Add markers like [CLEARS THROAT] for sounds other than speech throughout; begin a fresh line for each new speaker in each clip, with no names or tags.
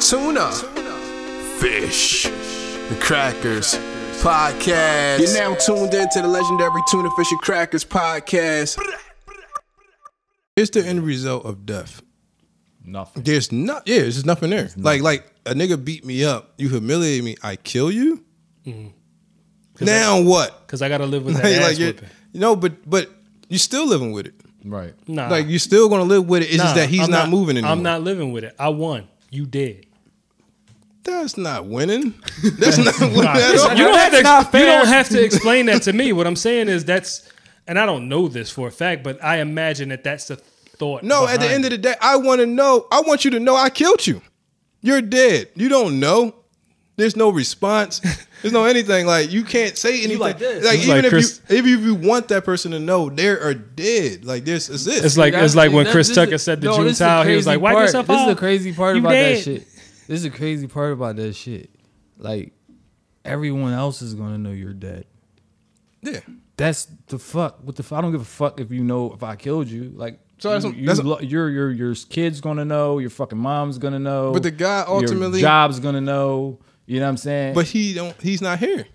Tuna, fish, and crackers podcast.
You're now tuned in to the legendary Tuna Fish and Crackers podcast. It's the end result of death.
Nothing.
There's not, yeah, there's just nothing there. Like, like a nigga beat me up, you humiliate me, I kill you. Now what?
Because I
[LAUGHS]
gotta live with Mm-hmm. that
Like,
ass
like you're-
whipping.
no, but but you're still living with it.
Right.
Nah,
Like you're still gonna live with it. It's
nah,
just that he's
I'm
not, moving anymore.
I'm not living with it. I won. You did.
[LAUGHS] That's not
[LAUGHS]
winning. That's not winning at all.
You don't have to.
not
You
fair.
don't
[LAUGHS]
have to explain that to me. What I'm saying is that's, and I don't know this for a fact, but I imagine that that's the thought.
No, at the end of the day, I want to know. I want you to know I killed you. You're dead. You don't know. There's no
[LAUGHS]
response. There's no anything. Like you can't say anything.
like this.
It's
even
like
if
Chris-
you even if you want that person to know, they are dead. Like this is it.
it's like
That's-
it's like when
that-
Chris
this is-
Tucker said to
no,
June
this is
Tao, he was
crazy
like, "Wipe
part.
yourself
This
out."
is the crazy part
You
about
dead.
that shit. This is the crazy part about that shit. Like everyone else is gonna know you're dead.
yeah.
That's the fuck. What the? F- I don't give a fuck if you know if I killed you. Like
So that's-
you, you
that's-
lo- your your your kid's gonna know. Your fucking mom's gonna know.
But the guy ultimately-
your job's gonna know. You know what I'm saying?
But he don't. He's not here.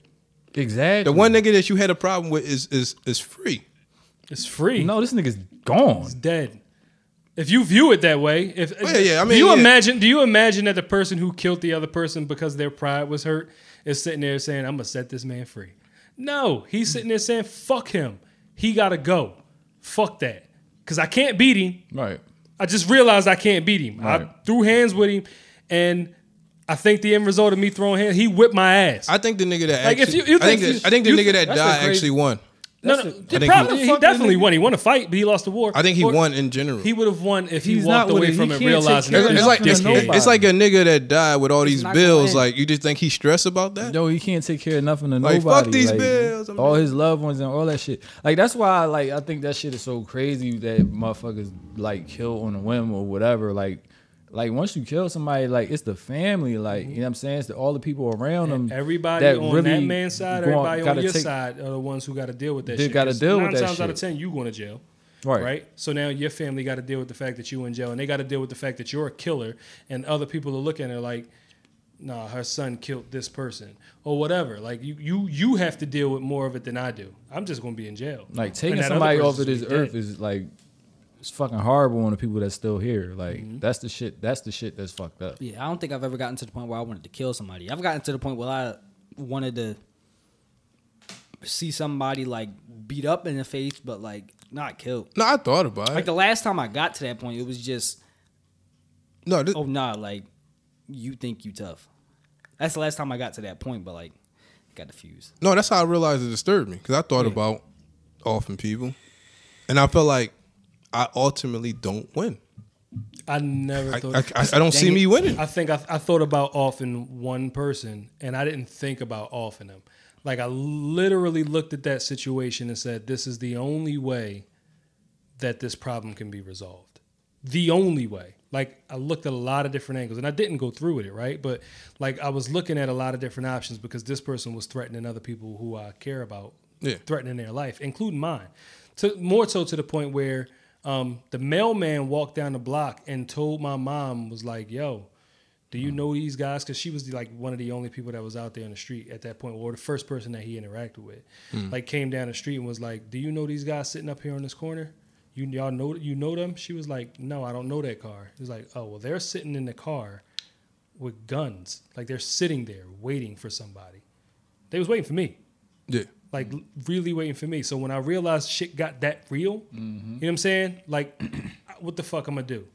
exactly.
The one nigga that you had a problem with is is is free.
it's free.
No, this nigga's gone.
dead. If you view it that way, if
Oh, yeah, yeah, I mean,
do you
yeah.
imagine? Do you imagine that the person who killed the other person because their pride was hurt is sitting there saying, "I'm gonna set this man free"? No, he's sitting there saying, "Fuck him. He gotta go. Fuck that. Because I can't beat him.
Right.
I just realized I can't beat him.
Right.
I threw hands with him, and I think the end result of me throwing hands, he whipped my ass.
I think the nigga that
Like, if
actually,
you- you
I think,
think
the-
you-
I think the
you-
nigga that
that's a
died
crazy-
actually won.
no,
that's
no,
a- I
he
think
probably,
he-
he definitely won. He won a fight, but he lost the war.
I think he
Or-
won in general.
He would have won if he
He's not
walked
with
away
it.
from
He
it
can't
realizing
take
that
care
it's
this
of
like
nothing
this
it's,
to
kid-
nobody.
it's like a nigga that died with all these
not gonna
bills.
win.
Like you just think he's stressed about that?
No, he can't take care of nothing to
Like,
nobody.
fuck these bills, I'm
all
just-
his loved ones and all that shit. Like that's why, like I think that shit is so crazy that motherfuckers like kill on a whim or whatever. Like, like once you kill somebody, like it's the family. Like you know what I'm saying? It's the, all the people around them.
Everybody
that
on
really
that man's side,
go
everybody on
gotta
your
take-
side are the ones who got to deal with that.
They
shit.
gotta
'Cause
deal with
nine
that
times out of
shit.
ten, you going to jail.
Right.
Right. So now your family got to deal with the fact that you in jail, and they got to deal with the fact that you're a killer, and other people are looking at it like, "Nah, her son killed this person or whatever." Like you, you, you have to deal with more of it than I do. I'm just going to be in jail.
Like taking
And that other
somebody
person's
off of this
gonna be
earth
dead.
is like it's fucking horrible on the people that's still here. Like
Mm-hmm.
that's the shit. That's the shit that's fucked up.
Yeah, I don't think I've ever gotten to the point where I wanted to kill somebody. I've gotten to the point where I wanted to see somebody like beat up in the face, but like not killed.
No, I thought about it.
Like the last time I got to that point, it was just
no, this,
oh nah, like you think you tough. That's the last time I got to that point, but like got diffused.
no, that's how I realized it disturbed me because I thought about often people, and I felt like I ultimately don't win.
I never
I,
thought.
I, I, I don't see me winning.
I think I, I thought about offing one person, and I didn't think about offing them. Like I literally looked at that situation and said, "This is the only way that this problem can be resolved. The only way." Like I looked at a lot of different angles, and I didn't go through with it, right? But like I was looking at a lot of different options because this person was threatening other people who I care about,
Yeah.
threatening their life, including mine. To more so to the point where um, the mailman walked down the block and told my mom was like, "Yo, do you know these guys? Because she was like one of the only people that was out there on the street at that point, or the first person that he interacted with. Like came down the street and was like, "Do you know these guys sitting up here on this corner? You y'all know you know them?" She was like, "No, I don't know that car." He was like, "Oh well, they're sitting in the car with guns. Like they're sitting there waiting for somebody. They was waiting for me."
yeah,
like l- really waiting for me. So when I realized shit got that real, you know what I'm saying? Like, [CLEARS THROAT] what the fuck I'm gonna do?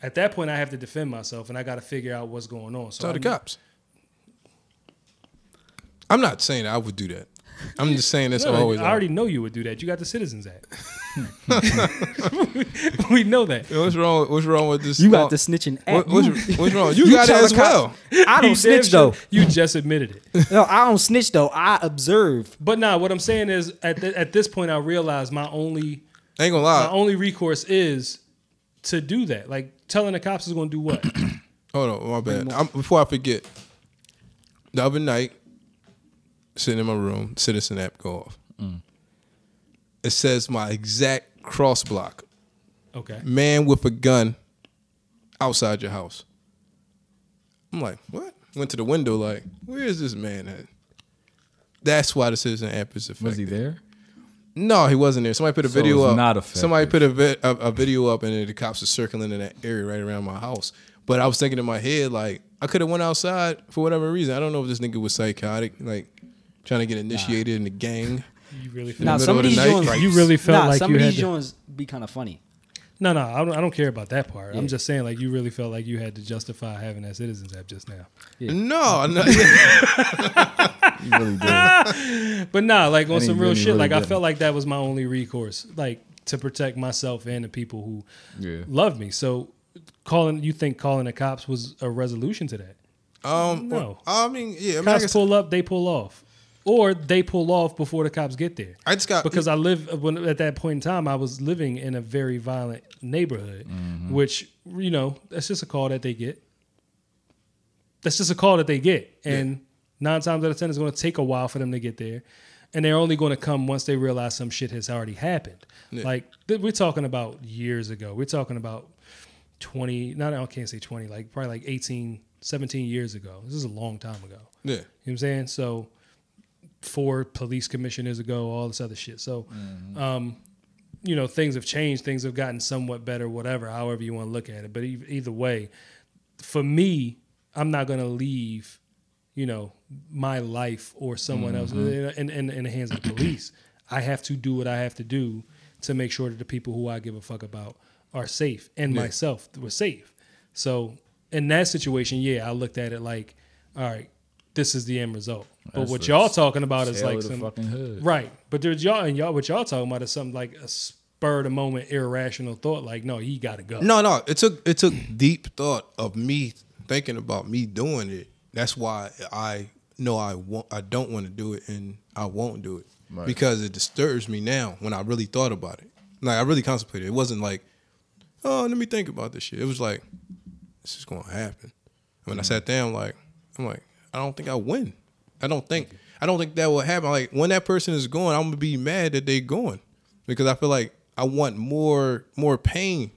At that point, I have to defend myself and I got to figure out what's going on. So
tell the
I'm-
cops. I'm not saying I would do that. I'm just saying
[LAUGHS]
that's
No,
always.
I already know you would do that. You got the
[LAUGHS]
Citizens Act. [LAUGHS] we know that.
What's wrong? What's wrong with this?
You got
Oh,
the snitching
What,
[LAUGHS] act.
what's, what's wrong? You, got it
tell
as
the cops.
well.
[LAUGHS] I
You
don't snitch
damn
though.
sure- You just admitted it.
No, I don't snitch though. I observe.
But nah, what I'm saying is at th- at this point, I realized my only
Ain't gonna
my
lie.
only recourse is to do that. Like telling the cops is gonna do what? [CLEARS THROAT]
Hold on, my bad. I'm, before I forget, the other night, sitting in my room, Citizen app go off. It says my exact cross block,
Okay.
man with a gun outside your house. I'm like, what? Went to the window, like, where is this man at? That's why the citizen app is effective.
Was
[LAUGHS]
he there?
No, he wasn't there. Somebody put a
So
video
it's
up.
not effective.
Somebody put a, vi- a, a video up, and then the cops are circling in that area right around my house. But I was thinking in my head, like, I could have went outside for whatever reason. I don't know if this nigga was psychotic, like trying to get initiated in the
[LAUGHS]
gang.
You really
Nah, middle
feel,
Now
of
some of
the
these
night,
joints,
like-
you really felt
nah,
like
some
you
of
had
these
to,
joints be kind of funny.
no, no. I don't, I don't care about that part. I'm
Yeah.
just saying, like you really felt like you had to justify having that citizens app just now.
No, no.
He really did.
But nah, like on
And he
some real
really,
shit,
really
like I
didn't.
felt like that was my only recourse, like to protect myself and the people who
Yeah.
love me. So calling, you think calling the cops was a resolution to that?
um,
No.
I mean, yeah. I, mean, I,
Cops
guess
pull up, they pull off, or they pull off before the cops get there.
I just got
because I live when, at that point in time, I was living in a very violent neighborhood, which you know that's just a call that they get. That's just a call that they get, and nine times out of ten, it's going to take a while for them to get there, and they're only going to come once they realize some shit has already happened. Like th- we're talking about years ago. We're talking about twenty. Not I can't say twenty. Like probably like 18, 17 years ago. This is a long time ago.
yeah.
You know what I'm saying? So four police commissioners ago, all this other shit. So um, you know, things have changed, things have gotten somewhat better, whatever, however you want to look at it. But e- either way, for me, I'm not going to leave, you know, my life or someone else
Mm-hmm.
in, in, in the hands of the police. I have to do what I have to do to make sure that the people who I give a fuck about are safe and myself were safe. So in that situation, yeah, I looked at it like, all right, this is the end result. But
That's
what
the
y'all talking about is
Hell
like
of the
some
fucking hood.
Right. But there's y'all and y'all what y'all talking about is something like a spur of the moment irrational thought, like, no, he gotta go.
No, no. It took it took deep thought of me thinking about me doing it. That's why I know I want I don't want to do it and I won't do it
Right.
because it disturbs me now when I really thought about it. Like I really contemplated. It wasn't like, oh, let me think about this shit. It was like, this is gonna happen. When I sat down, like I'm like, I don't think I win. I don't think I don't think that will happen. Like when that person is going, I'm gonna be mad that they going because I feel like I want more more pain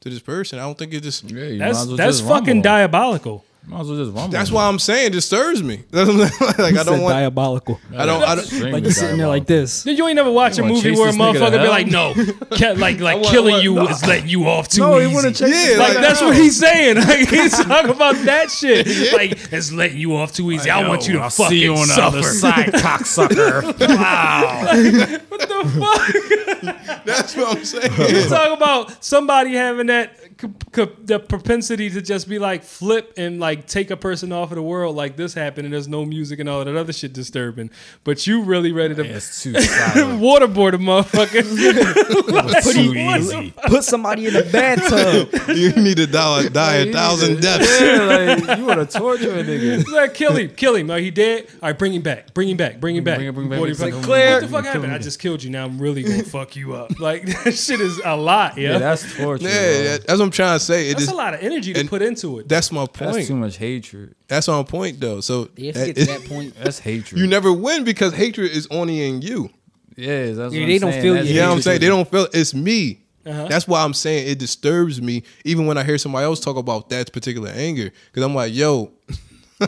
to this person. I don't think it just.
Yeah, you might
That's
as well
that's
just rumble
fucking
him.
diabolical.
Might as well just rumble
That's
him.
why I'm saying it disturbs me. [LAUGHS] like I don't want.
diabolical.
I don't.
[LAUGHS]
I don't.
Extremely
Like you're sitting there like
diabolical.
this.
Then you ain't never watch a
wanna
movie
chase
where a
this nigga to
motherfucker be
hell?
like,
[LAUGHS]
no, ca- like like
wanna-
killing
I wanna-
you
no.
is letting you off too easy.
would've checked
Yeah,
his
like
like,
that's
no.
what he's
[LAUGHS]
saying. [LAUGHS] Like he's talking about that shit. Like it's letting you off too easy. I, want you to fucking suffer.
[LAUGHS] cocksucker.
What the
[LAUGHS]
fuck?
That's what I'm saying.
You talk about somebody having that c- c- the propensity to just be like flip and like take a person off of the world like this happened and there's no music and all that other shit disturbing. But you really ready to [LAUGHS]
It's too silent.
waterboard a
[LAUGHS]
motherfucker. Like,
Too
what the
easy.
Put somebody in a bathtub.
you need to die, die a thousand
[LAUGHS]
deaths.
Yeah, like you want to torture a nigga.
Like, kill him, kill him. Are he dead? All right, bring him back, bring him back, bring him back.
Bring him- bring him back.
What the
It's like,
fuck-
Claire-
what the fuck happened? I just killed you. Now I'm really gonna fuck you up. Like [LAUGHS] that shit is a lot, yeah.
Yeah,
that's,
that's torture.
Yeah,
bro.
yeah, that's what I'm trying to say. It is.
a lot of energy to
and-
put into it.
That's my
That's
point.
too much hatred.
That's on point though. So
If
that-
you
[LAUGHS]
get to that [LAUGHS] point,
That's hatred.
you never win because hatred is only in you.
yeah, that's what
Yeah,
I'm
they don't
saying.
feel
That's
you.
You know what I'm
hatred.
saying? They don't feel it's me.
Uh-huh.
That's why I'm saying it disturbs me even when I hear somebody else talk about that particular anger because I'm like, yo, [LAUGHS] I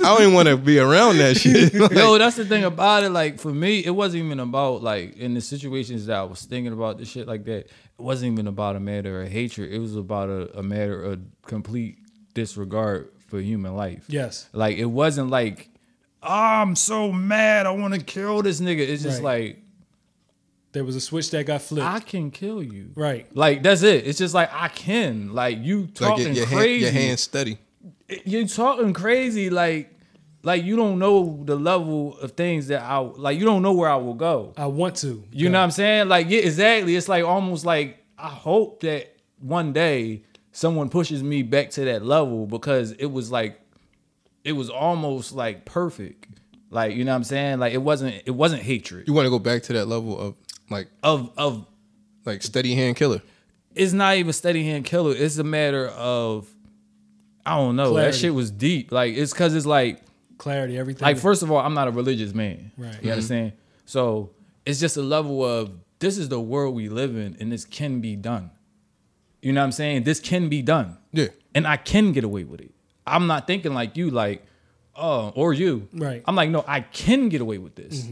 don't even want to be around that
[LAUGHS]
shit.
No, that's the thing about it. Like for me, it wasn't even about like in the situations that I was thinking about the shit like that. It wasn't even about a matter of hatred. It was about a, a matter of complete disregard for human life.
Yes.
Like it wasn't like "Oh, I'm so mad. I want to kill this nigga. It's just
Right.
like
There was a switch that got flipped.
I can kill you.
right.
Like that's it. It's just like I can. Like you
like
talking
your, your, hand,
crazy.
your hands steady.
You're talking crazy. Like like you don't know the level of things that I like. You don't know where I will go.
I want to.
You know what I'm saying? Like, yeah, exactly. It's like almost like I hope that one day someone pushes me back to that level because it was like it was almost like perfect. Like, you know what I'm saying? Like it wasn't it wasn't hatred
You want to go back to that level of like
of of
like steady hand killer.
it's not even steady hand killer. It's a matter of I don't know.
Clarity.
That shit was deep. Like it's cause it's like
clarity, everything.
Like first of all, I'm not a religious man.
Right.
You understand? So it's just a level of this is the world we live in, and this can be done. You know what I'm saying? This can be done.
Yeah.
And I can get away with it. I'm not thinking like you, like, oh, or you.
Right.
I'm like, no, I can get away with this.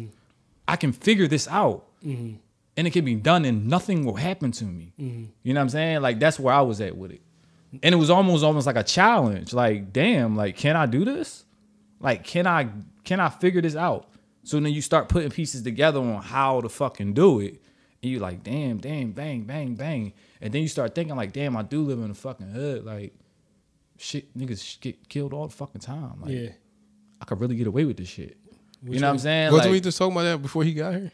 I can figure this out. And it can be done and nothing will happen to me. You know what I'm saying? Like that's where I was at with it. And it was almost almost like a challenge. Like, damn, like, can I do this? Like, can I can I figure this out? So then you start putting pieces together on how to fucking do it. And you like, damn, damn, bang, bang, bang. And then you start thinking like, damn, I do live in a fucking hood. Like, shit, niggas sh- get killed all the fucking time. Like,
Yeah.
I could really get away with this shit. you know what I'm saying?
Wasn't
Like-
we just talking about that before he got here?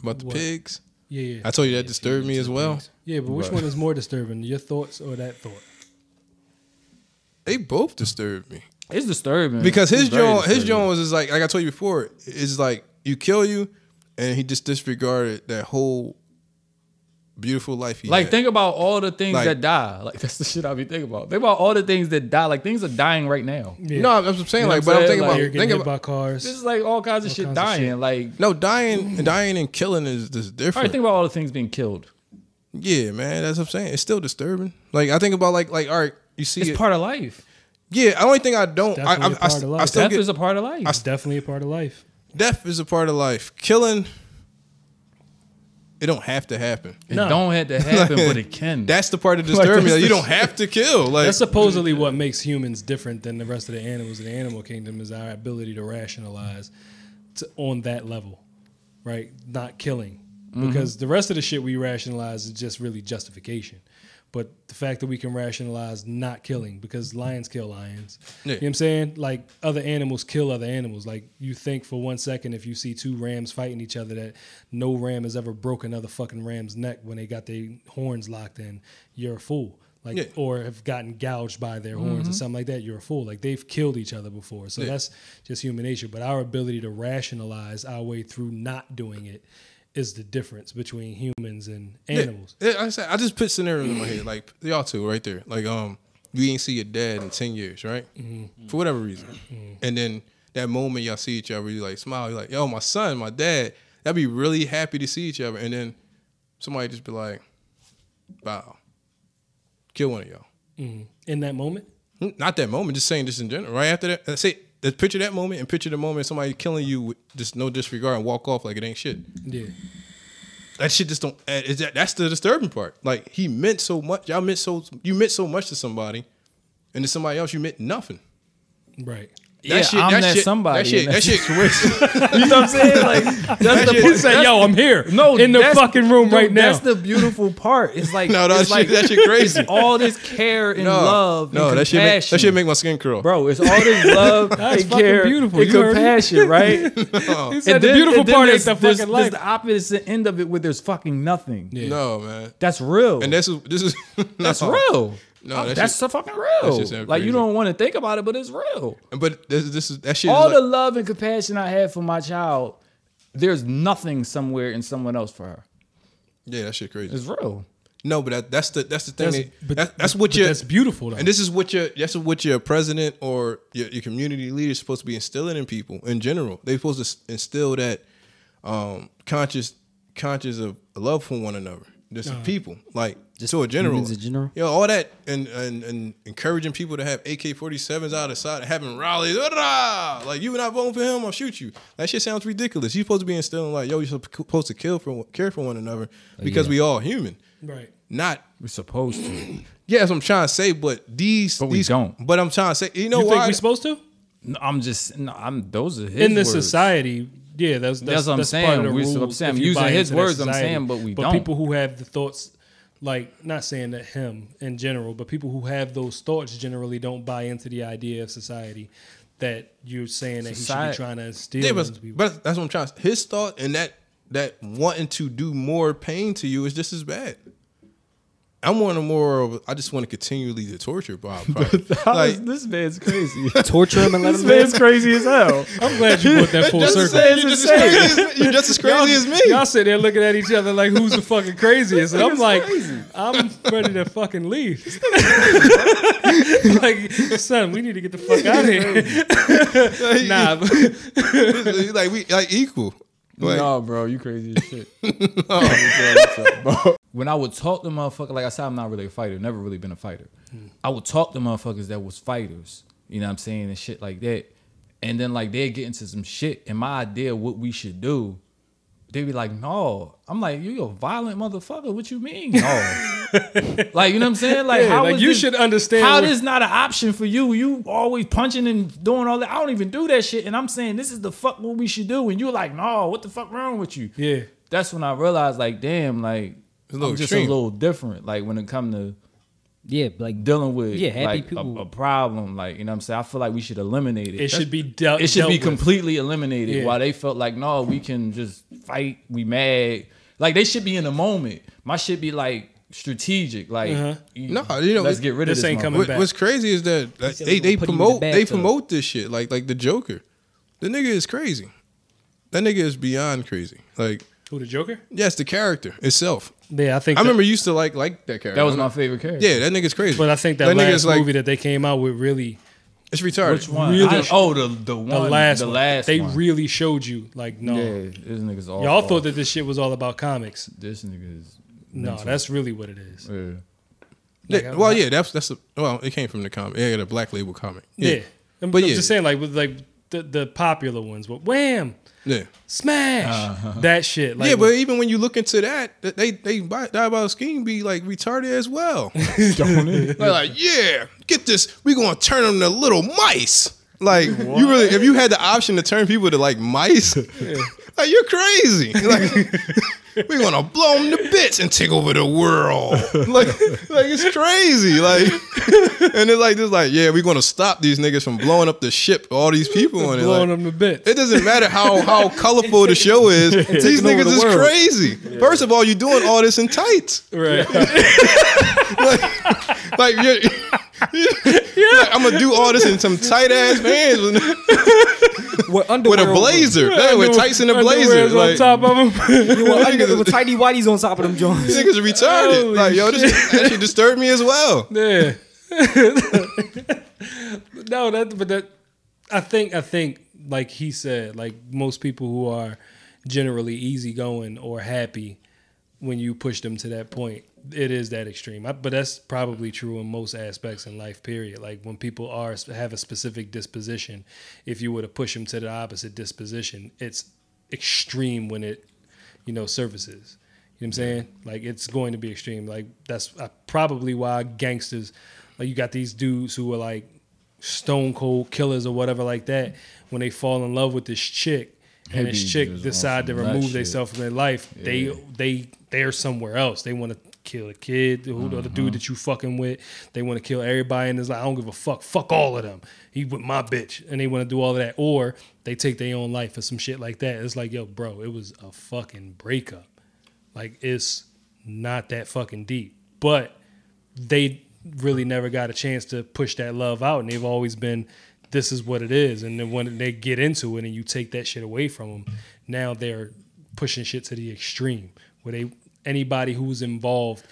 About the
What?
pigs?
Yeah. Yeah.
I told you that disturbed me as well.
yeah, but which
Right.
one is more disturbing, your thoughts or that thought?
They both disturbed me.
It's disturbing
Because his
It's very
John, his
disturbing.
John was just like like I told you before, is like you kill you, and he just disregarded that whole beautiful life he
Like
had.
think about all the things
Like-
that die. Like [LAUGHS] that's the shit I be thinking about. Think about all the things that die. Like things are dying right now.
Yeah.
No, I'm I'm saying
You know
like,
what
but I'm thinking
I'm saying?
about
Like,
You're getting
thinking
hit
about
by cars.
This is like all kinds of shit
kinds of
dying.
shit.
Like
no dying, dying and killing is is
all
different.
right, think about all the things being killed.
yeah, man, that's what I'm saying. It's still disturbing. Like I think about like like all right, you see
It's
it.
part of life.
yeah, the only thing I don't, I I,
definitely a
I,
part of
I
life.
still
Death
get
is a part of life.
It's definitely a part of life.
death is a part of life. Killing, it don't have to happen.
it
No.
don't have to happen,
[LAUGHS]
but it can.
That's the
[LAUGHS]
part that disturbs me.
that's
Like, you
the
don't have to kill. Like
That's supposedly what makes humans different than the rest of the animals in the animal kingdom is our ability to rationalize to, on that level, right? Not killing.
Mm-hmm.
Because the rest of the shit we rationalize is just really justification. But the fact that we can rationalize not killing, because lions kill lions.
Yeah.
You know what I'm saying? Like other animals kill other animals. Like you think for one second if you see two rams fighting each other that no ram has ever broke another fucking ram's neck when they got their horns locked in, you're a fool. Like
Yeah.
or have gotten gouged by their horns or something like that, you're a fool. Like they've killed each other before. So
Yeah.
that's just human nature. But our ability to rationalize our way through not doing it is the difference between humans and animals.
Yeah, I, said, I just put scenarios in my head, like y'all two right there. Like, um, you ain't see your dad in ten years, right? For whatever reason, and then that moment y'all see each other, you like smile, you're like, "Yo, my son, my dad." That'd be really happy to see each other, and then somebody just be like, "Wow, kill one of y'all."
In that moment,
Mm, Not that moment, just saying this in general. Right after that, say let's picture that moment and picture the moment of somebody killing you with just no disregard and walk off like it ain't shit
yeah.
that shit just don't. add- Is that that's the disturbing part? Like he meant so much. Y'all meant so. You meant so much to somebody, and to somebody else you meant nothing.
Right.
yeah, I'm that, somebody.
That shit.
in
That shit.
[LAUGHS] you know
[LAUGHS]
what I'm saying? Like that's the
shit-
part-
He said, "Yo, I'm here.
No,
[LAUGHS] in the
that's-
fucking room
no,
right now."
That's the beautiful part.
[LAUGHS]
It's like
No, no,
it's
that
like
shit- that shit crazy.
it's all this care and
No,
love.
no,
and
that shit. Make, that
compassion.
shit make my skin curl.
Bro, it's all this love
[LAUGHS] That's
and
fucking
care
beautiful.
and
You heard me.
compassion, right?
[LAUGHS] He said, "The beautiful part is the fucking
there's, there's
life."
the opposite end of it where there's fucking nothing.
Yeah.
No man.
That's real.
And this is this is [LAUGHS]
that's
no.
real.
No, that
that's
shit-
so fucking real.
shit sound
Like you
crazy.
don't want to think about it, but it's real.
But this, this is that shit.
All
All
the
is like,
love and compassion I have for my child, there's nothing somewhere in someone else for her.
yeah, that shit crazy.
It's real.
No, but that, that's the that's the thing.
That's-
that-
but-
that- that's
but
what your
that's beautiful, though.
And this is what your that's what your president or your, your community leader is supposed to be instilling in people in general. They're supposed to s- instill that um, conscious conscious of love for one another. Just
Uh-huh.
people like just to a general,
humans in general?
You know, all that and, and and encouraging people to have AK forty sevens out of sight, having rallies, "Hurrah!" like you not voting for him, I'll shoot you. That shit sounds ridiculous. You're supposed to be instilling like, yo, you're supposed to kill for care for one another
Oh,
because we all human,
Right.
not
We're supposed to.
yeah, that's what I'm trying to say, but these
But we
these
don't.
But I'm trying to say, you know
You
why?
think we're supposed to?
No, I'm just. No, I'm. Those are his
in this
words.
society, yeah, that's that's,
That's what I'm
that's
saying.
Part of the
We-
rules
so I'm saying,
if
I'm
you
using
buy into
his
that
words, I'm
society.
saying, but we
but
don't.
people who have the thoughts, like not saying that him in general, but people who have those thoughts generally don't buy into the idea of society that you're saying that he should
Society-
be trying to steal.
yeah,
into
but,
people.
but that's what I'm trying. to His thought and that that wanting to do more pain to you is just as bad. I'm one of more of. I just want to continually to torture
[LAUGHS]
Bob. probably.
How is-
like
this man's crazy.
Torture him and let
this
him live.
man's crazy as hell.
I'm glad you brought that
[LAUGHS]
full
just as
circle.
bad, you're, just as crazy as, you're just as crazy
[LAUGHS]
as me.
Y'all sit there looking at each other like, "Who's the fucking craziest?" And I'm like, "I'm ready to fucking leave." [LAUGHS] like, son, we need to get
[LAUGHS]
the fuck out of here. nah, but
like we like equal. Like-
no, bro, you crazy as shit. Let me tell you something, bro. When I would talk to motherfuckers, like I said, I'm not really a fighter, never really been a fighter. I would talk to motherfuckers that was fighters, you know what I'm saying, and shit like that. And then like they'd get into some shit, and my idea of what we should do, they'd be like, no. I'm like, you a violent motherfucker. What you mean? No.
[LAUGHS]
like, you know what I'm saying? Like,
Yeah,
how
like,
is
you
this-
should understand
How
what-
this not an option for you. You always punching and doing all that. I don't even do that shit. And I'm saying this is the fuck what we should do. And you're like, no, what the fuck wrong with you?
Yeah.
That's when I realized, like, damn, like
It's a little
I'm just
extreme.
a little different. Like when it come to
Yeah, like
dealing with
Yeah, happy
like, a,
people-
a problem, like you know what I'm saying. I feel like we should eliminate it.
It
That's-
should be dealt.
it should
dealt
be
with.
completely eliminated
Yeah.
while they felt like no we can just fight we mad like they should be in the moment my shit be like strategic like
Uh-huh.
you-
No, you know,
let's
it-
get rid
this
of this
ain't coming
motherfucker.
What,
back.
what's crazy is that like,
said
they
we'll
they
put him in the
promote they
bathtub.
promote this shit like like the Joker. The nigga is crazy. That nigga is beyond crazy. Like
Who the Joker?
yes, the character itself.
Yeah, I think.
I
that-
remember used to like like that character.
that was my favorite character
Yeah, that nigga's crazy.
but I think that,
that nigga
last
is like
movie that they came out with really
it's retarded.
which one
Really-
I- oh the the one
the last
the
one,
last
they
one.
really showed you like no.
yeah this nigga's all
Y'all
off.
thought that this shit was all about comics.
this nigga's
No, that's really what it is.
yeah.
Yeah,
Like, uh, I-
well, yeah, that's that's a, well, it came from the comic. Yeah, the Black Label comic.
Yeah. I'm,
But
I'm
yeah.
just saying, like, with like the, the popular ones, but wham,
yeah,
smash, that shit. Like,
yeah. But even when you look into that, th- they they buy, die by the scheme be like retarded as
[LAUGHS]
well. They're like, yeah, get this. We gonna turn them to little mice. Like you really, if you had the option to turn people to like mice, [LAUGHS] like you're crazy. Like [LAUGHS] we gonna blow them to bits and take over the world. [LAUGHS] Like like it's crazy. Like [LAUGHS] and it's like this, like yeah, we gonna stop these niggas from blowing up the ship. All these people on it.
blowing
like-
them to bits.
it doesn't matter how how colorful the show is. These
taking over
niggas
the
is
world.
crazy. First of all, you're doing all this in tights.
right.
[LAUGHS] Like, you're, like, I'm gonna do all this in some tight ass pants with,
with
with
underwear
a blazer. Yeah, with tights and a blazer.
Underwear's on
Like,
top of them.
over, with,
Niggas-
under, with tidy whities on top of them joints.
these niggas are retarded.
Holy
like yo, this that shit disturbed me as well.
[LAUGHS] yeah. no, that but that I think I think like he said, like most people who are generally easygoing or happy when you push them to that point, it is that extreme. I, but that's probably true in most aspects in life. Period. Like when people are have a specific disposition, if you were to push them to the opposite disposition, it's extreme when it you know surfaces. You know what I'm saying? Like it's going to be extreme. Like that's uh, probably why gangsters, like you got these dudes who are like stone cold killers or whatever like that. When they fall in love with this chick, and
They
this
be
chick
just
decide to
on some nut
remove
shit.
themselves from their life, they they they're somewhere else. They want to kill a kid, who the dude that you fucking with. They want to kill everybody, and it's like I don't give a fuck. Fuck all of them. He with my bitch, and they want to do all of that, or they take their own life or some shit like that. It's like yo, bro, it was a fucking breakup. Like it's not that fucking deep. But they really never got a chance to push that love out, and they've always been, this is what it is. And then when they get into it, and you take that shit away from them, now they're pushing shit to the extreme where they anybody who's involved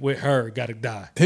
with her got to die.